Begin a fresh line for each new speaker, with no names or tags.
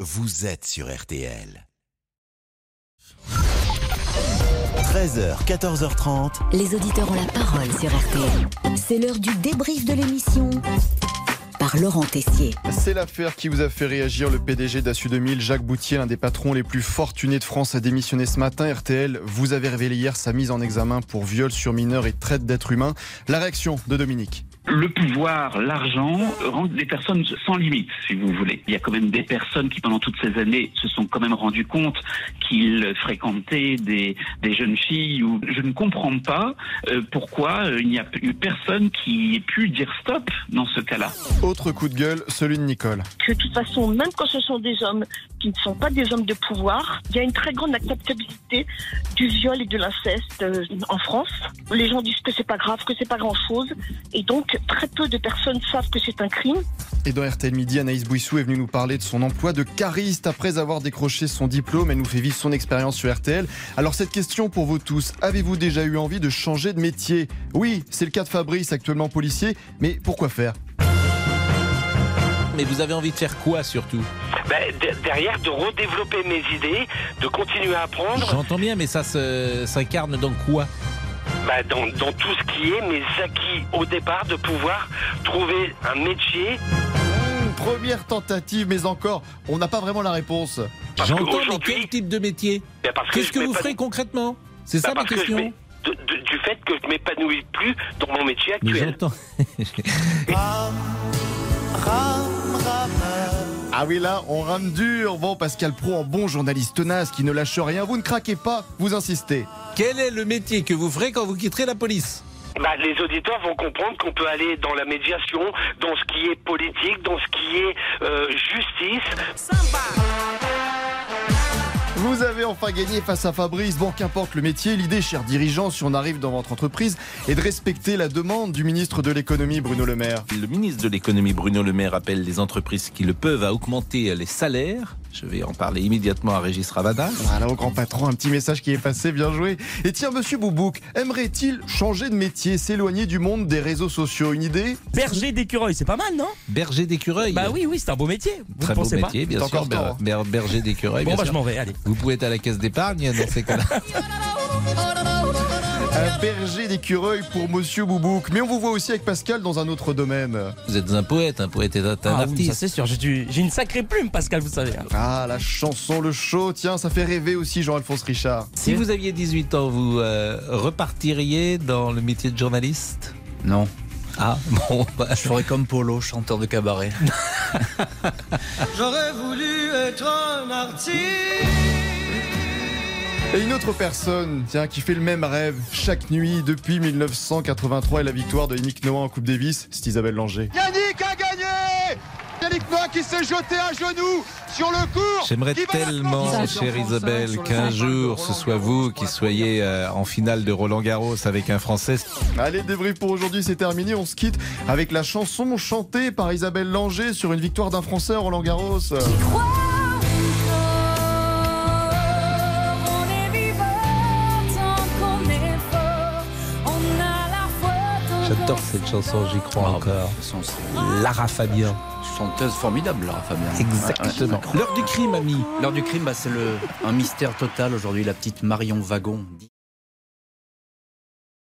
vous êtes sur RTL. 13h, 14h30.
Les auditeurs ont la parole sur RTL. C'est l'heure du débrief de l'émission par Laurent Tessier.
C'est l'affaire qui vous a fait réagir. Le PDG d'Assu 2000, Jacques Boutier, l'un des patrons les plus fortunés de France, a démissionné ce matin. RTL vous avez révélé hier sa mise en examen pour viol sur mineur et traite d'êtres humains. La réaction de Dominique.
Le pouvoir, l'argent, rendent des personnes sans limite, si vous voulez. Il y a quand même des personnes qui, pendant toutes ces années, se sont quand même rendues compte qu'ils fréquentaient des, des jeunes filles. Ou... Je ne comprends pas euh, pourquoi euh, il n'y a eu personne qui ait pu dire stop dans ce cas-là.
Autre coup de gueule, celui de Nicole.
Que de toute façon, même quand ce sont des hommes qui ne sont pas des hommes de pouvoir, il y a une très grande acceptabilité du viol et de l'inceste euh, en France. Les gens disent que c'est pas grave, que c'est pas grand-chose. Et donc, très peu de personnes savent que c'est un crime.
Et dans RTL Midi, Anaïs Bouissou est venue nous parler de son emploi de cariste après avoir décroché son diplôme. Elle nous fait vivre son expérience sur RTL. Alors cette question pour vous tous, avez-vous déjà eu envie de changer de métier Oui, c'est le cas de Fabrice, actuellement policier, mais pourquoi faire
mais vous avez envie de faire quoi surtout
Ben, de- derrière, de redévelopper mes idées, de continuer à apprendre
J'entends bien, mais ça se- s'incarne dans quoi
bah, dans, dans tout ce qui est mes acquis au départ, de pouvoir trouver un métier.
Mmh, Première tentative, mais encore, on n'a pas vraiment la réponse.
Parce
J'entends, mais
qu'aujourd'hui-
quel type de métier
Bah, parce
Qu'est-ce que
je
vous
m'épanouis-
ferez concrètement C'est
Bah,
ça ma
parce que je
question
m'é- de- de- Du fait que je m'épanouis plus dans mon métier
Mais
actuel.
j'entends.
Ah oui, là, on rame dur. Bon, Pascal Pro, en bon journaliste tenace qui ne lâche rien, vous ne craquez pas, vous insistez.
Quel est le métier que vous ferez quand vous quitterez la police
Bah, les auditeurs vont comprendre qu'on peut aller dans la médiation, dans ce qui est politique, dans ce qui est euh, justice.
Vous avez enfin gagné face à Fabrice. Bon, qu'importe le métier, l'idée, cher dirigeant, si on arrive dans votre entreprise, est de respecter la demande du ministre de l'économie, Bruno Le Maire.
Le ministre de l'économie Bruno Le Maire appelle les entreprises qui le peuvent à augmenter les salaires. Je vais en parler immédiatement à Régis Ravada.
Voilà, au grand patron, un petit message qui est passé, bien joué. Et tiens, monsieur Boubouk, aimerait-il changer de métier, s'éloigner du monde des réseaux sociaux Une idée
Berger d'écureuil, c'est pas mal, non
Berger d'écureuil.
Bah oui, oui, c'est un beau métier. Vous
Très
ne
beau
pensez
métier, bien
T'as
sûr.
encore le temps, hein.
ber- berger d'écureuil,
pas Bon,
bien
bah je
sûr.
m'en vais, allez.
Vous pouvez être à la caisse d'épargne dans ces cas-là.
Un berger d'écureuil pour monsieur Boubouk. Mais on vous voit aussi avec Pascal dans un autre domaine.
Vous êtes un poète, un poète est un
Ah oui, ça
artiste.
c'est sûr, j'ai du- j'ai une sacrée plume, Pascal, vous savez. hein.
Ah, la chanson, le show, tiens, ça fait rêver aussi Jean-Alphonse Richard.
si vous aviez 18 ans, vous euh, repartiriez dans le métier de journaliste
Non,
Ah bon, bah,
je ferais comme Polo, chanteur de cabaret.
Et une autre personne, tiens, qui fait le même rêve chaque nuit depuis 1983 et la victoire de Yannick Noah en Coupe Davis, c'est Isabelle Langer.
Yannick a gagné Yannick Noah qui s'est jeté à genoux sur le cours
J'aimerais
qui va
tellement,
maintenant-
chère Isabelle, qu'un jour ce soit vous qui soyez euh, en finale de Roland Garros avec un Français.
Allez, le débrief pour aujourd'hui, c'est terminé. On se quitte avec la chanson chantée par Isabelle Langer sur une victoire d'un Français, Roland Garros.
J'adore cette chanson, j'y crois
Ah, bah,
encore. Lara Fabian.
Chanteuse formidable, Lara Fabien.
Exactement. L'heure du crime, ami.
L'heure du crime, bah, c'est le- un mystère total aujourd'hui. La petite Marion Wagon,